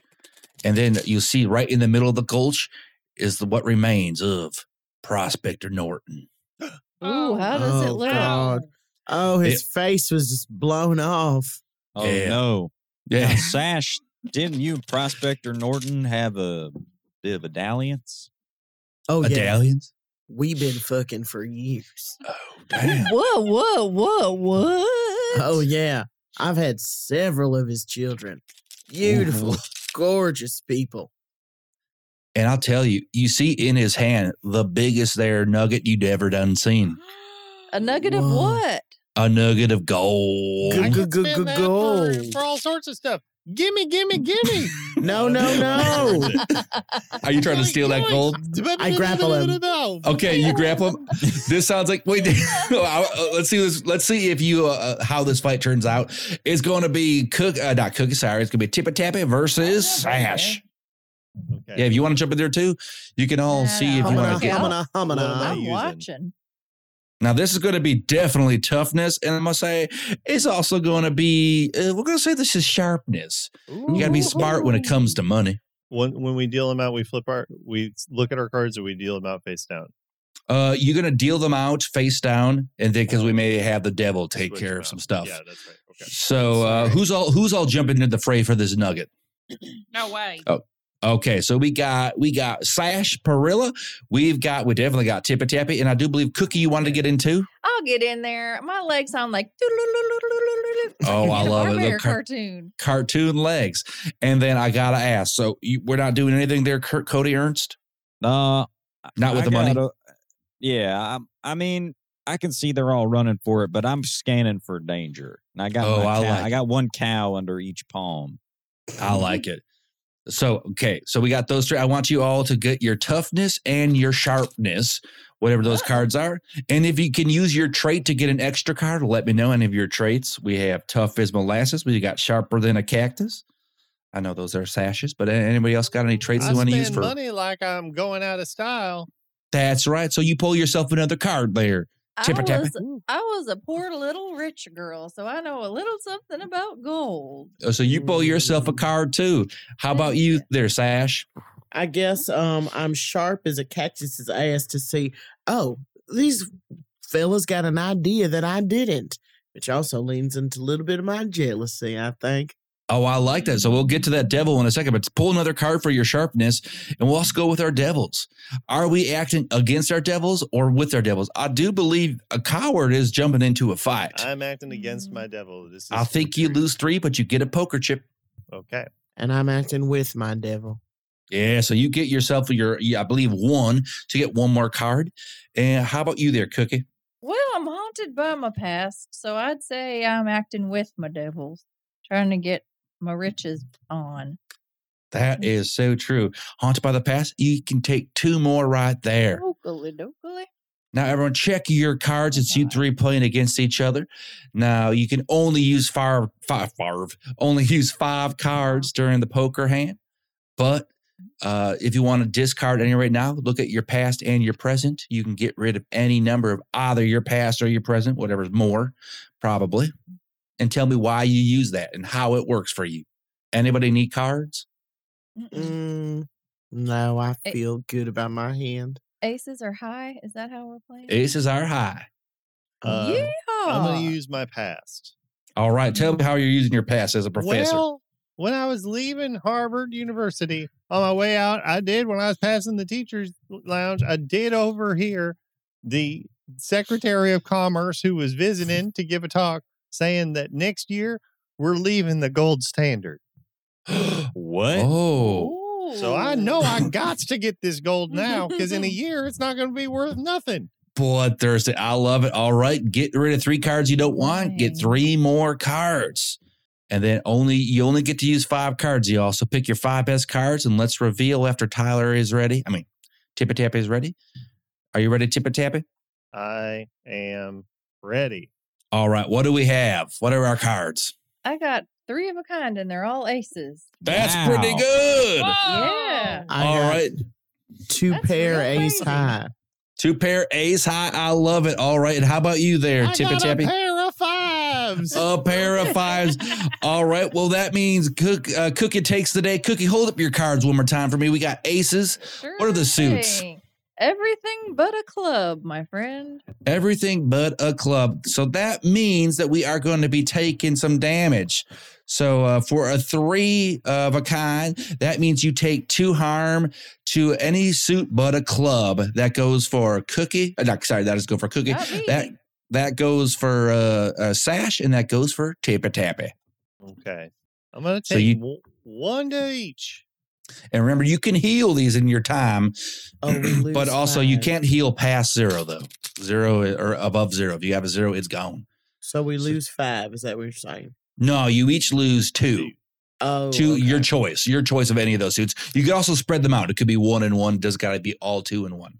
B: and then you see right in the middle of the gulch is the what remains of Prospector Norton.
D: Ooh,
F: Oh,
D: how does it
E: oh,
D: look?
E: God. Oh, his face was just blown off.
C: oh
B: Yeah.
C: no,
B: Yeah.
C: Now, Sash, didn't you and Prospector Norton have a bit of a dalliance?
E: Oh, yeah.
B: medallions.
E: We've been fucking for years.
B: Oh damn!
D: Whoa, whoa, whoa, what?
E: Oh, yeah. I've had several of his children. Beautiful, gorgeous people.
B: And I'll tell you, you see in his hand the biggest there nugget you'd ever done seen.
D: A nugget of
E: Whoa.
D: what?
B: A nugget of gold.
G: I could
E: Good- Go- go-
G: spend
E: go-
G: that for-
E: go.
G: for, all sorts of stuff. Gimme, gimme, gimme.
E: No, no, no.
B: Are you trying to steal that gold?
E: I grapple him.
G: No.
B: Okay, you grapple him. This sounds like wait. I- uh, let's see this. Let's see if you uh, how this fight turns out. It's going to be cook, uh, not cookie. Sorry, it's going to be Tippa Tappa versus
D: Oh,
B: Sash.
A: Okay.
B: Yeah, if you want to jump in there too, you can all
D: Yeah,
B: see if you
E: Humana,
B: want to.
D: Okay.
E: humana,
A: What am I
E: humana.
D: I'm
A: using?
D: watching.
B: Now this is going to be definitely toughness, and I'm going to say it's also going to be. Uh, we're going to say this is sharpness. You got to be smart when it comes to money.
A: When when we deal them out, we flip our we look at our cards and we deal them out face down.
B: Uh, you're going to deal them out face down, and then because we may have the devil take
A: Switch
B: care
A: them
B: of
A: out.
B: some stuff.
A: Yeah, that's right. Okay.
B: So uh,
F: Sorry.
B: who's all who's all jumping into the fray for this nugget?
F: no way.
B: Okay, so we got we got Sash Perilla, we've got we definitely got Tippa Tappy, and I do believe Cookie you wanted to get into.
D: I'll I'll get in there. My legs sound like
B: Oh, I love it.
D: Little
B: Little car-
D: cartoon.
B: cartoon legs. And then I gotta ask. So you, we're not doing anything there, Kurt, Cody Ernst.
C: Uh,
B: Not with
C: I
B: the money.
C: gotta- yeah, I, I mean, I can see they're all running for it, but I'm scanning for danger. And I got
B: Oh, I
C: my cow-
B: like
C: I got one cow under each palm.
G: Mm-hmm.
B: I like it. So, okay. So we got those three. I want you all to get your toughness and your sharpness, whatever
G: Ah.
B: those cards are. And if you can use your trait to get an extra card, let me know. Any of your traits, we have tough as molasses. We got sharper than a cactus. I know those are sashes, but a- anybody else got any traits
G: I
B: they want
G: spend
B: to use for?
G: money like I'm going out of style.
B: That's right. So you pull yourself another card there.
D: I
B: Tipper tapper.
D: was, I was a poor little rich girl, so I know a little something about gold.
B: Uh, So you pull yourself
G: Mm-hmm.
B: a card too. How about
D: Thank
B: you
D: you.
B: there, Sash?
E: I guess um I'm sharp as a cactus's ass to see, oh, these fellas got an idea that I didn't. Which also leans into a little bit of my jealousy, I think.
B: Oh, I like that. So we'll get to that devil in a second, but pull another card for your sharpness, and we'll also go with our devils. Are we acting against our devils or with our devils? I do believe a coward is jumping into a fight. i
G: I'm acting against my devil. This is
B: think you lose three, but you get a poker chip.
G: Okay.
E: And I'm acting with my devil.
B: Yeah, so you get yourself your, yeah, I believe one. So you get one more card. And how about you there, Cookie?
D: Well, I'm haunted by my past, so I'd say I'm acting with my devils, trying to get my riches on.
B: That is so true. Haunted by the past, you can take two more right there.
D: Oakley dokley.
B: Now, everyone, check your cards. It's you
D: Okay.
B: three playing against each other. Now, you can only use five, five, five only use five cards during the poker hand. But uh, if you want to discard any right now, look at your past and your present. You can get rid of any number of either your past or your present, whatever's more, probably. And tell me why you use that and how it works for you. Anybody need cards?
D: Mm-mm.
E: Mm, no, I
G: Eh
D: It-
E: feel good about my hand.
D: Aces are high. Is that how we're playing?
B: Aces are high.
G: Uh,
D: yeah.
G: I'm
D: Ah.
G: going to use my past.
B: All right. Tell me how you're using your past as a professor.
G: Well, when I was leaving Harvard University on my way out, I did when I was passing the teachers' lounge, I did overhear the Secretary of Commerce who was visiting to give a talk saying that next year we're leaving the gold standard.
C: What?
B: oh.
D: Ooh.
G: So I know I got to get this gold now because in a year it's not going to be worth nothing.
B: bloodthirsty. I love it. All right, get rid of three cards you don't want. Get
D: Dang.
B: three more cards, and then only you only get to use five cards. You also pick your five best cards, and let's reveal after Tyler is ready. I mean, Tippa Tappa is ready. Are you ready, Tippa Tappa?
G: I am ready.
B: All right. What do we have? What are our cards?
D: I got three of a kind, and they're all aces.
B: That's
C: Wow.
B: pretty good.
F: Yeah.
D: Yeah.
E: I
B: All
E: got
B: right.
E: two
D: That's
E: pair
D: real
E: ace
D: crazy.
E: high.
B: Two pair ace high. I love it. All right. And how about you there,
G: I
B: Tippa
G: got a
B: Tappy?
G: pair of fives.
B: A pair of fives. All right. Well, that means Cook, uh, Cookie takes the day. Cookie, hold up your cards one more time for me. We got aces,
D: Sure
B: What are the suits?
D: thing. Everything but a club, my friend.
B: everything but a club. So that means that we are going to be taking some damage. So uh, for a three of a kind, that means you take two harm to any suit but a club. That goes for Cookie. Uh, not, sorry, that is go for Cookie.
D: Not me.
B: That that goes for uh, uh, Sash, and that goes for Tappa Tappy.
G: Okay. I'm going to
B: So
G: take
B: you-
G: w- one to each.
B: And remember, you can heal these in your time,
E: Oh, we
B: but
E: lose
B: also you
E: five.
B: can't heal past zero though. Zero i- or above zero. If you have a zero, it's gone.
E: So we lose five. Is that what you're saying?
B: No, you each lose two.
E: Oh,
B: Two, your
E: okay.
B: choice. Your choice of any of those suits. You can also spread them out. It could be one and one. Does gotta be all two and one.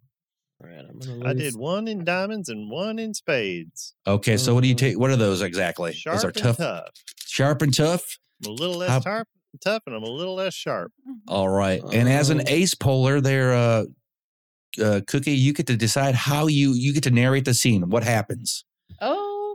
E: All right, I'm gonna
G: I
E: lose-
G: did one in diamonds and one in spades.
B: Okay, so what do you
E: Mm.
B: take? What are those exactly?
G: Sharp
B: those are
G: and
B: tough,
G: tough.
B: sharp and tough.
G: I'm a little less
B: How-
G: tarp- tough and I'm a little less sharp.
B: All right. and as an
E: Oh.
B: ace puller, there, uh, uh, Cookie, you get to decide how you you get to narrate the scene. What happens?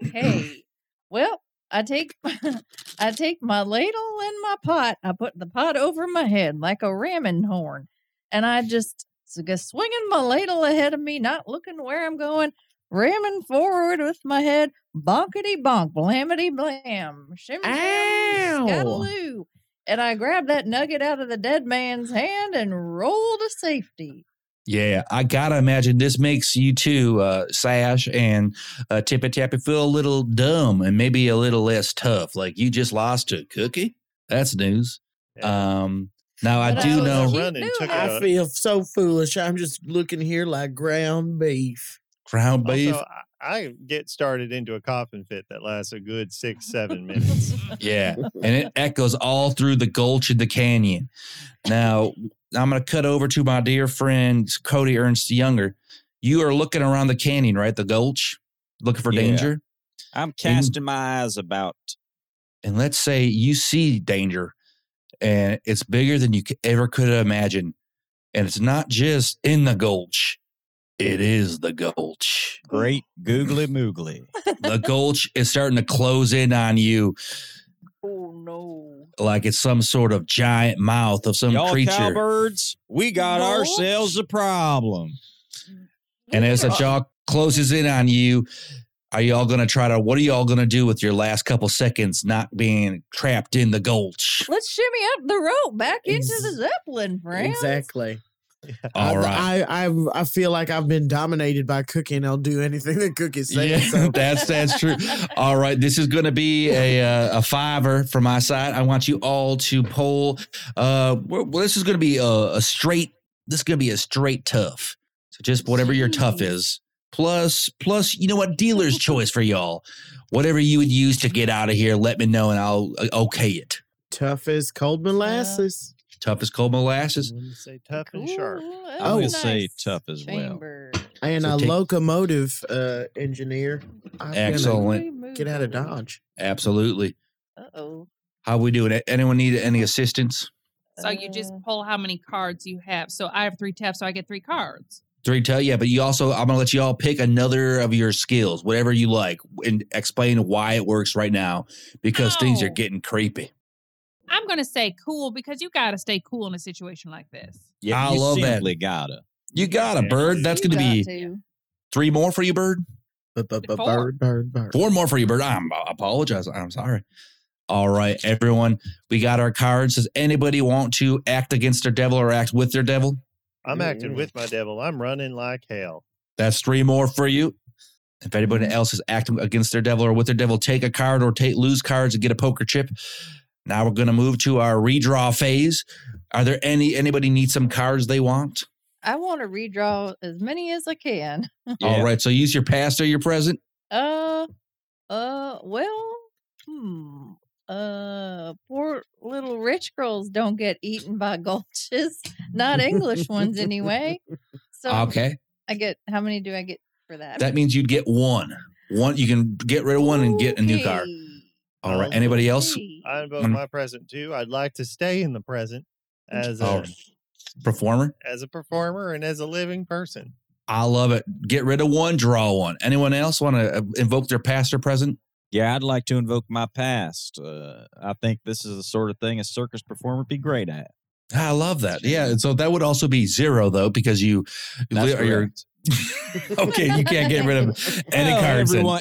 D: Okay. well, I take I take my ladle and my pot. I put the pot over my head like a ramming horn, and I just s- go swinging my ladle ahead of me, not looking where I'm going, ramming forward with my head, bonkety bonk, blamity blam, shimmy,
E: Ow.
D: scattaloo. And I grabbed that nugget out of the dead man's hand and rolled to safety.
B: Yeah, I gotta imagine this makes you two, uh, Sash and uh, Tippy Tappy, feel a little dumb and maybe a little less tough. Like you just lost to a cookie. That's news. Um, now I
D: But
B: do
D: was
B: know
D: keep
A: Run and took
D: doing
A: it out.
D: it.
E: I feel so foolish. I'm just looking here like ground beef.
B: ground beef.
G: Also, I, I get started into a coughing fit that lasts a good six, seven minutes.
B: Yeah, and it echoes all through the gulch and the canyon. Now I'm going to cut over to my dear friend Cody Ernst Younger. You are looking around the canyon, right? The gulch, looking for
C: Yeah.
B: danger.
C: I'm
B: Mm-hmm.
C: casting my eyes about.
B: And let's say you see danger, and it's bigger than you c- ever could have imagined. And it's not just in the gulch; it is the gulch.
C: Great googly moogly.
B: the gulch is starting to close in on you
D: Oh no.
B: like it's some sort of giant mouth of some
C: Y'all
B: creature.
C: cowbirds, we got
D: Well-
C: ourselves a problem.
B: And as the
D: Yeah.
B: jaw closes in on you, are y'all going to try to, what are y'all going to do with your last couple seconds not being trapped in the gulch?
D: Let's shimmy up the rope back into the
E: Ex-
D: Zeppelin, friend.
E: Exactly.
B: All
E: I,
B: right.
E: I, I I feel like I've been dominated by Cookie, and I'll do anything that Cookie
B: yeah,
E: says. So
B: that's that's true. All right, this is going to be a uh, a fiver from my side. I want you all to poll. Uh, well, this is going to be a, a straight. This is going to be a straight tough. So just whatever your tough
D: Jeez.
B: is, plus plus you know what dealer's choice for y'all. Whatever you would use to get out of here, let me know and I'll uh, okay it.
E: tough as cold molasses.
B: Tough as cold molasses.
G: Wouldn't say tough and sharp.
D: Cool,
E: I would
D: that's a
C: say
D: nice
C: tough as well.
D: chamber.
E: and
B: So
E: a
B: take-
E: locomotive uh, engineer. I'm gonna
B: Excellent.
E: Get out of Dodge.
B: Absolutely.
D: Uh oh.
B: How we doing? Anyone need any assistance?
F: So you just
D: uh.
F: pull how many cards you have. So I have three taps, so I get three cards.
B: Three tell yeah, but you also I'm gonna let you all pick another of your skills, whatever you like, and explain why it works right now because things are
F: Ow.
B: getting creepy.
F: I'm gonna say cool because you gotta stay cool in a situation like this.
B: I
C: you
B: love that.
C: simply Gotta.
B: You got a
G: Yeah.
B: bird. That's
D: You
B: gonna
D: got
B: be
D: to.
B: three more for you, bird.
E: B-b-b-
F: Four.
E: Bird, bird, bird.
B: Four more for you, bird. I'm, I apologize. I'm sorry. All right, everyone, we got our cards. Does anybody want to act against their devil or act with their devil?
G: I'm acting
E: Mm.
G: with my devil. I'm running like hell.
B: That's three more for you. If anybody else is acting against their devil or with their devil, take a card or take lose cards and get a poker chip. Now we're gonna move to our redraw phase. Are there any anybody need some cards they want?
D: I want to redraw as many as I can.
B: All
C: Yeah.
B: right, so use your past or your present.
D: Uh, uh, well, hmm. Uh, poor little rich girls don't get eaten by gulches. Not English ones, anyway. So
B: okay,
D: I get how many do I get for that?
B: that means you'd get one. One you can get rid of one and get a new card.
D: Okay.
B: All right, anybody else?
D: Okay.
G: I invoke
B: Mm.
G: my present too. I'd like to stay in the present as a
B: Oh, performer.
G: as a performer and as a living person.
B: I love it. Get rid of one, draw one. Anyone else want to invoke their past or present?
C: Yeah, I'd like to invoke my past. Uh, I think this is the sort of thing a circus performer would be great at.
B: Ah, I love that. Yeah. and So that would also be zero though, because you
C: That's
B: you're,
C: correct.
B: okay, you can't get rid of any
C: Well,
B: cards. then.
C: Everyone,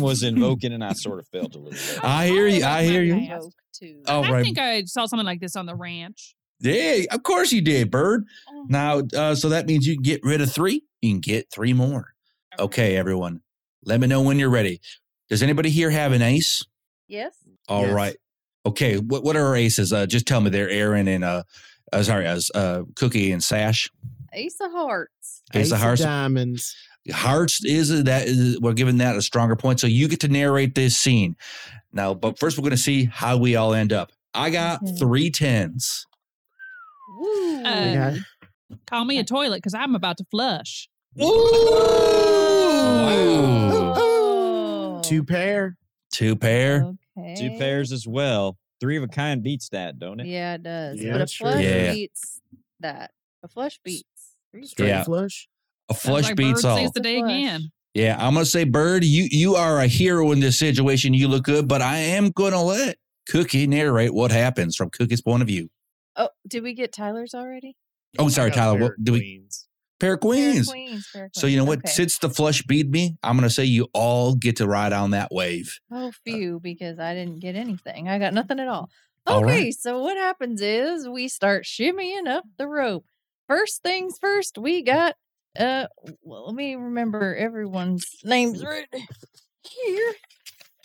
C: was invoking, and I sort of failed to lose. that.
B: I hear you. I hear you. Oh.
D: Joke, too.
B: All
F: I
B: right.
F: think I saw something like this on the ranch.
B: Yeah, of course you did, Bird. Now, uh, so that means you can get rid of three. You can get three more. Okay, everyone. Let me know when you're ready. Does anybody here have an ace?
D: Yes.
B: All right.
E: Yes.
B: Okay. What What are our aces? Uh, just tell me they're Aaron and uh, uh sorry, uh, uh, Cookie and Sash.
D: Ace of Hearts.
B: Ace,
E: Ace
B: of
E: of
B: Hearts.
E: diamonds.
B: Hearts is that is we're giving that a stronger point. So you get to narrate this scene now. But first, we're going to see how we all end up. I got
D: Okay.
B: three tens.
D: Woo.
F: Uh, Call me a toilet because I'm about to flush.
B: Ooh.
D: Oh.
E: Two pair.
B: Two pair.
D: Okay.
C: Two pairs as well. Three of a kind beats that, don't it?
D: Yeah, it does.
E: Yeah,
D: but a
E: that's true.
D: flush
B: Yeah.
D: beats that. A flush beats. three
E: Straight
B: Yeah.
E: flush.
B: A
F: Sounds
B: flush
F: like
B: beats
F: Bird
B: all.
F: Saves the
D: The
F: day
D: flush.
F: again.
B: yeah, I'm gonna say Bird, you you are a hero in this situation. You look good, but I am gonna let Cookie narrate what happens from Cookie's point of view.
D: Oh, did we get Tyler's already?
B: Oh,
G: I
B: sorry,
G: got
B: Tyler.
G: pair
B: What
G: of
B: do we
G: queens.
B: pair of
D: Fair
B: queens?
D: Queens, fair
B: So you know what?
D: Queens. Okay.
B: Since the flush beat me, I'm gonna say you all get to ride on that wave.
D: Oh, few, because I didn't get anything. I got nothing at all.
B: All
D: Okay,
B: right.
D: so what happens is we start shimmying up the rope. first things first, we got uh well, let me remember everyone's names right here.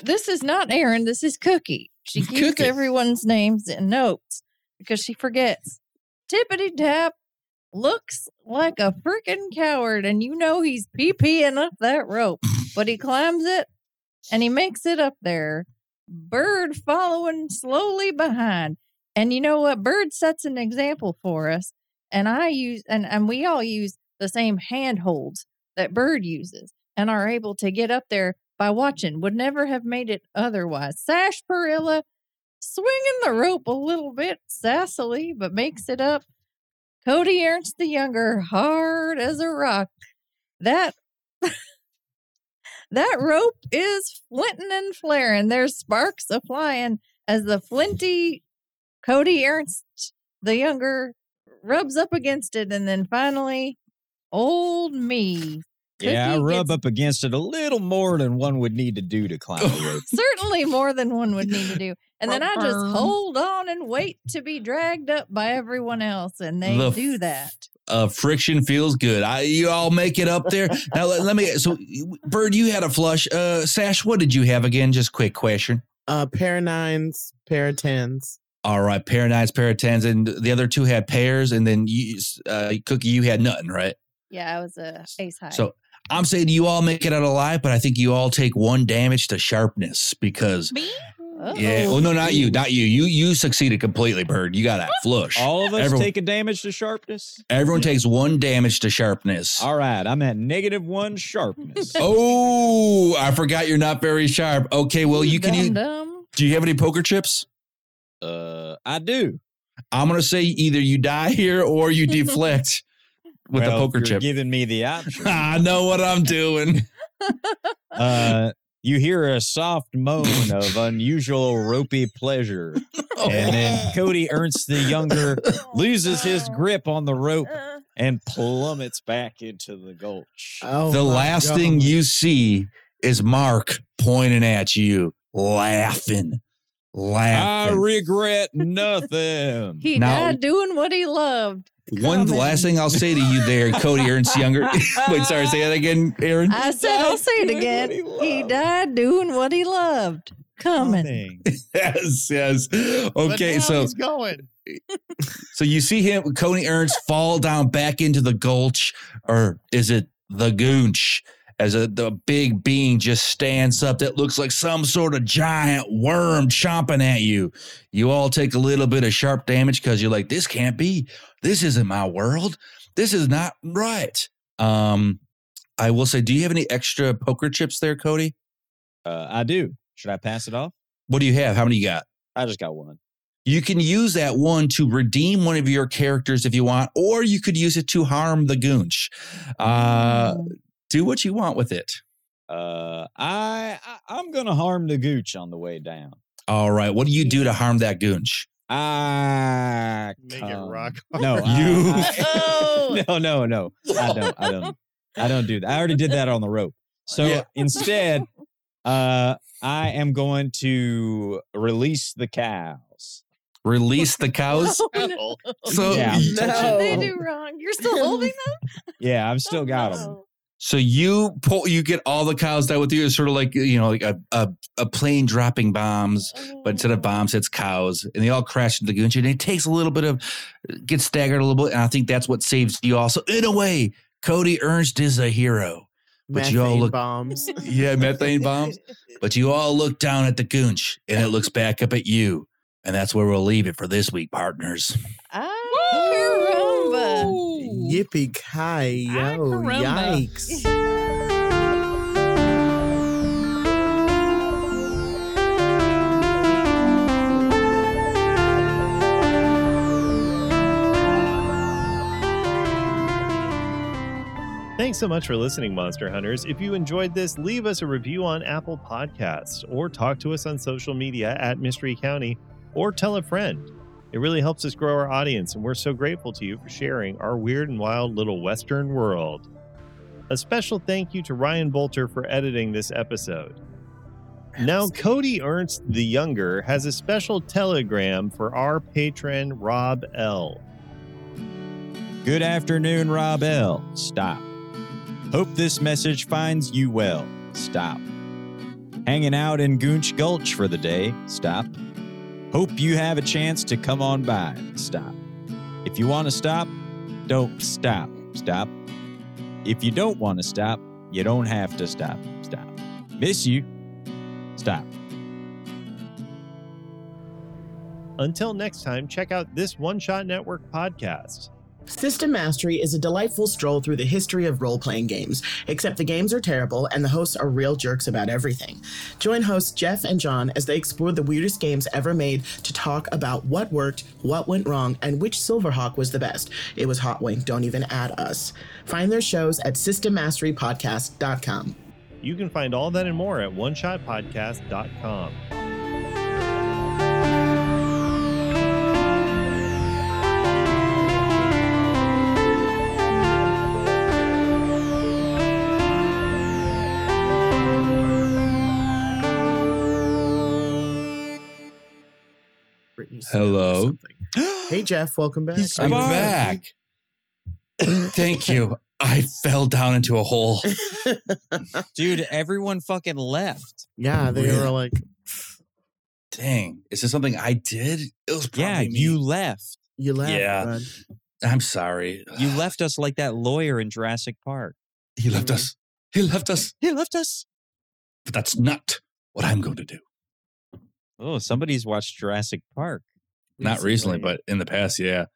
D: This is not Aaron, this is Cookie. She keeps
B: Cookie.
D: everyone's names in notes because she forgets. Tippity tap looks like a freaking coward, and you know he's pee peeing up that rope, but he climbs it and he makes it up there. Bird following slowly behind. And you know what? Bird sets an example for us. And I use and, and we all use the same handholds that Bird uses and are able to get up there by watching. Would never have made it otherwise. Sash Perilla swinging the rope a little bit sassily, but makes it up. Cody Ernst the Younger, hard as a rock. That that rope is flinting and flaring. There's sparks a flying as the flinty Cody Ernst the Younger rubs up against it, and then finally, old me.
C: yeah, I
D: Cookie
C: rub
D: gets-
C: up against it a little more than one would need to do to climb the rope.
D: Certainly more than one would need to do. And then I just
F: Rum-bum.
D: hold on and wait to be dragged up by everyone else, and they
B: The
D: do that.
B: Uh, friction feels good. I you all make it up there. Now let, let me. So, Bird, you had a flush. Uh, Sash, what did you have again? Just quick question.
E: Uh, pair of nines, pair of tens.
B: All right, pair of nines, pair of tens, and the other two had pairs, and then you, uh, Cookie, you had nothing, right?
D: Yeah, I was a ace high.
B: So I'm saying you all make it out alive, but I think you all take one damage to sharpness because
F: Me?
B: yeah.
D: Uh-oh.
B: Well, no, not you, not you. You you succeeded completely, Bird. You got that flush.
C: All of us
B: Everyone-
C: take a damage to sharpness.
B: Everyone takes one damage to sharpness.
C: All right, I'm at negative one sharpness.
B: Oh, I forgot you're not very sharp. Okay, well you can.
D: dumb,
B: Use,
D: dumb.
B: do you have any poker chips?
C: Uh, I do.
B: I'm gonna say either you die here or you deflect with
C: Well,
B: the
C: if
B: poker
C: you're
B: chip.
C: giving me the option.
B: I know what I'm doing.
C: uh, you hear a soft moan of unusual ropey pleasure,
B: Oh
C: and
D: Oh.
C: then Cody Ernst the Younger loses his grip on the rope
D: Uh,
C: and plummets back into the gulch.
E: Oh,
B: the
E: my
B: last thing
E: God.
B: you see is Mark pointing at you, laughing,
C: I
B: laughing.
C: regret nothing.
D: He
B: Now-
D: died doing what he loved.
B: One the last thing I'll say to you there, Cody Ernst Younger. Wait, sorry, say that again, Aaron.
D: I said, I'll say it again. He died doing what he loved. Coming.
B: yes, yes.
G: But
B: Okay,
G: now
B: so
G: he's going.
B: so you see him, Cody Ernst, fall down back into the gulch, or is it the goonch? As a, the big being just stands up that looks like some sort of giant worm chomping at you. You all take a little bit of sharp damage because you're like, this can't be. This isn't my world. This is not right. Um, I will say, do you have any extra poker chips there, Cody?
C: Uh, I do. Should I pass it off?
B: What do you have? How many you got?
C: I just got one.
B: You can use that one to redeem one of your characters if you want, or you could use it to harm the goonch. Uh, do what you want with it.
C: Uh, I, I I'm gonna harm the gooch on the way down.
B: All right. What do you do to harm that goonch?
C: I
G: Make it
C: Ah, come-
G: rock
C: No, uh, I-
B: You-
C: I- no, no, no. I don't. I don't. I don't do that. I already did that on the rope. So
B: Yeah.
C: instead, uh, I am going to release the cows.
B: Release the cows.
D: Oh, no.
G: Oh,
B: So, oh,
C: Yeah.
D: What did they
E: No.
D: do wrong? You're still holding them?
C: Yeah, I've still got them.
D: Oh,
B: so you pull, you get all the cows down with you. It's sort of like you know, like a a, a plane dropping bombs.
D: no.
B: But instead of bombs, it's cows, and they all crash into the goonch. And it takes a little bit of, gets staggered a little bit, and I think that's what saves you all. So in a way, Cody Ernst is a hero. But you all
E: Methane
B: look-
E: bombs.
B: yeah, methane bombs. But you all look down at the goonch and it looks back up at you. And that's where we'll leave it for this week, partners.
D: Ah, caramba.
F: Woo!
E: Yippee ki
F: Ah,
E: yo!
F: caramba.
E: Yikes!
A: Thanks so much for listening, Monster Hunters. If you enjoyed this, leave us a review on Apple Podcasts or talk to us on social media at Mystery County or tell a friend. It really helps us grow our audience, and we're so grateful to you for sharing our weird and wild little Western world. A special thank you to Ryan Bolter for editing this episode. Now, Cody Ernst the Younger has a special telegram for our patron, Rob L.
C: Good afternoon, Rob L. Stop. Hope this message finds you well. Stop. Hanging out in Goonch Gulch for the day. Stop. Hope you have a chance to come on by. Stop. If you want to stop, don't stop. Stop. If you don't want to stop, you don't have to stop. Stop. Miss you. Stop.
A: Until next time, check out this One Shot Network podcast.
E: System Mastery is a delightful stroll through the history of role playing games, except the games are terrible and the hosts are real jerks about everything. Join hosts Jeff and John as they explore the weirdest games ever made to talk about what worked, what went wrong, and which Silverhawk was the best. It was Hot Wing, don't even add us. Find their shows at SystemMasteryPodcast.com.
A: You can find all that and more at oneshotpodcast.com.
E: Brittany Snow or
B: Hello.
E: something. Hey, Jeff, welcome back.
B: I'm back. Thank you. I fell down into a hole.
C: Dude, everyone fucking left.
E: Yeah, they
B: Really?
E: were like,
B: Dang, is this something I did? It was probably
C: Yeah,
B: me.
C: you left.
E: you laugh.
B: Yeah.
E: bud.
B: I'm sorry.
C: You left us like that lawyer in Jurassic Park.
B: He left us. He left us.
C: He left us.
B: But that's not what I'm going to do.
C: Oh, somebody's watched Jurassic Park.
B: Not recently, but in the past, yeah.